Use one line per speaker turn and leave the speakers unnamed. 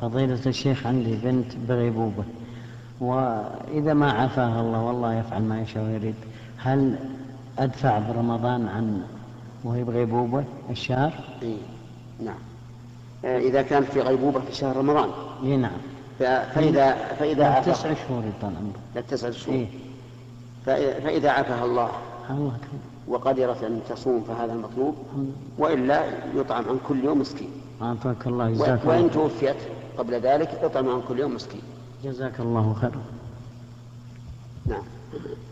فضيلة الشيخ عندي بنت بغيبوبة وإذا ما عافاها الله والله يفعل ما يشاء ويريد هل أدفع برمضان عن وهي بغيبوبة الشهر؟
إيه. نعم آه، إذا كانت في غيبوبة في شهر رمضان
اي نعم
ف- فإذا فإذا
بعد
عافاها
تسع شهور يطال عمره
للتسعة شهور
إيه
فإ- فإذا عافاها الله
الله أكبر
وقدرت أن تصوم فهذا المطلوب
الله.
وإلا يطعم عن كل يوم مسكين
أعطاك الله
و-
جزاك
وإن
الله
توفيت قبل ذلك يطعم عن كل يوم مسكين
جزاك الله خيرا
نعم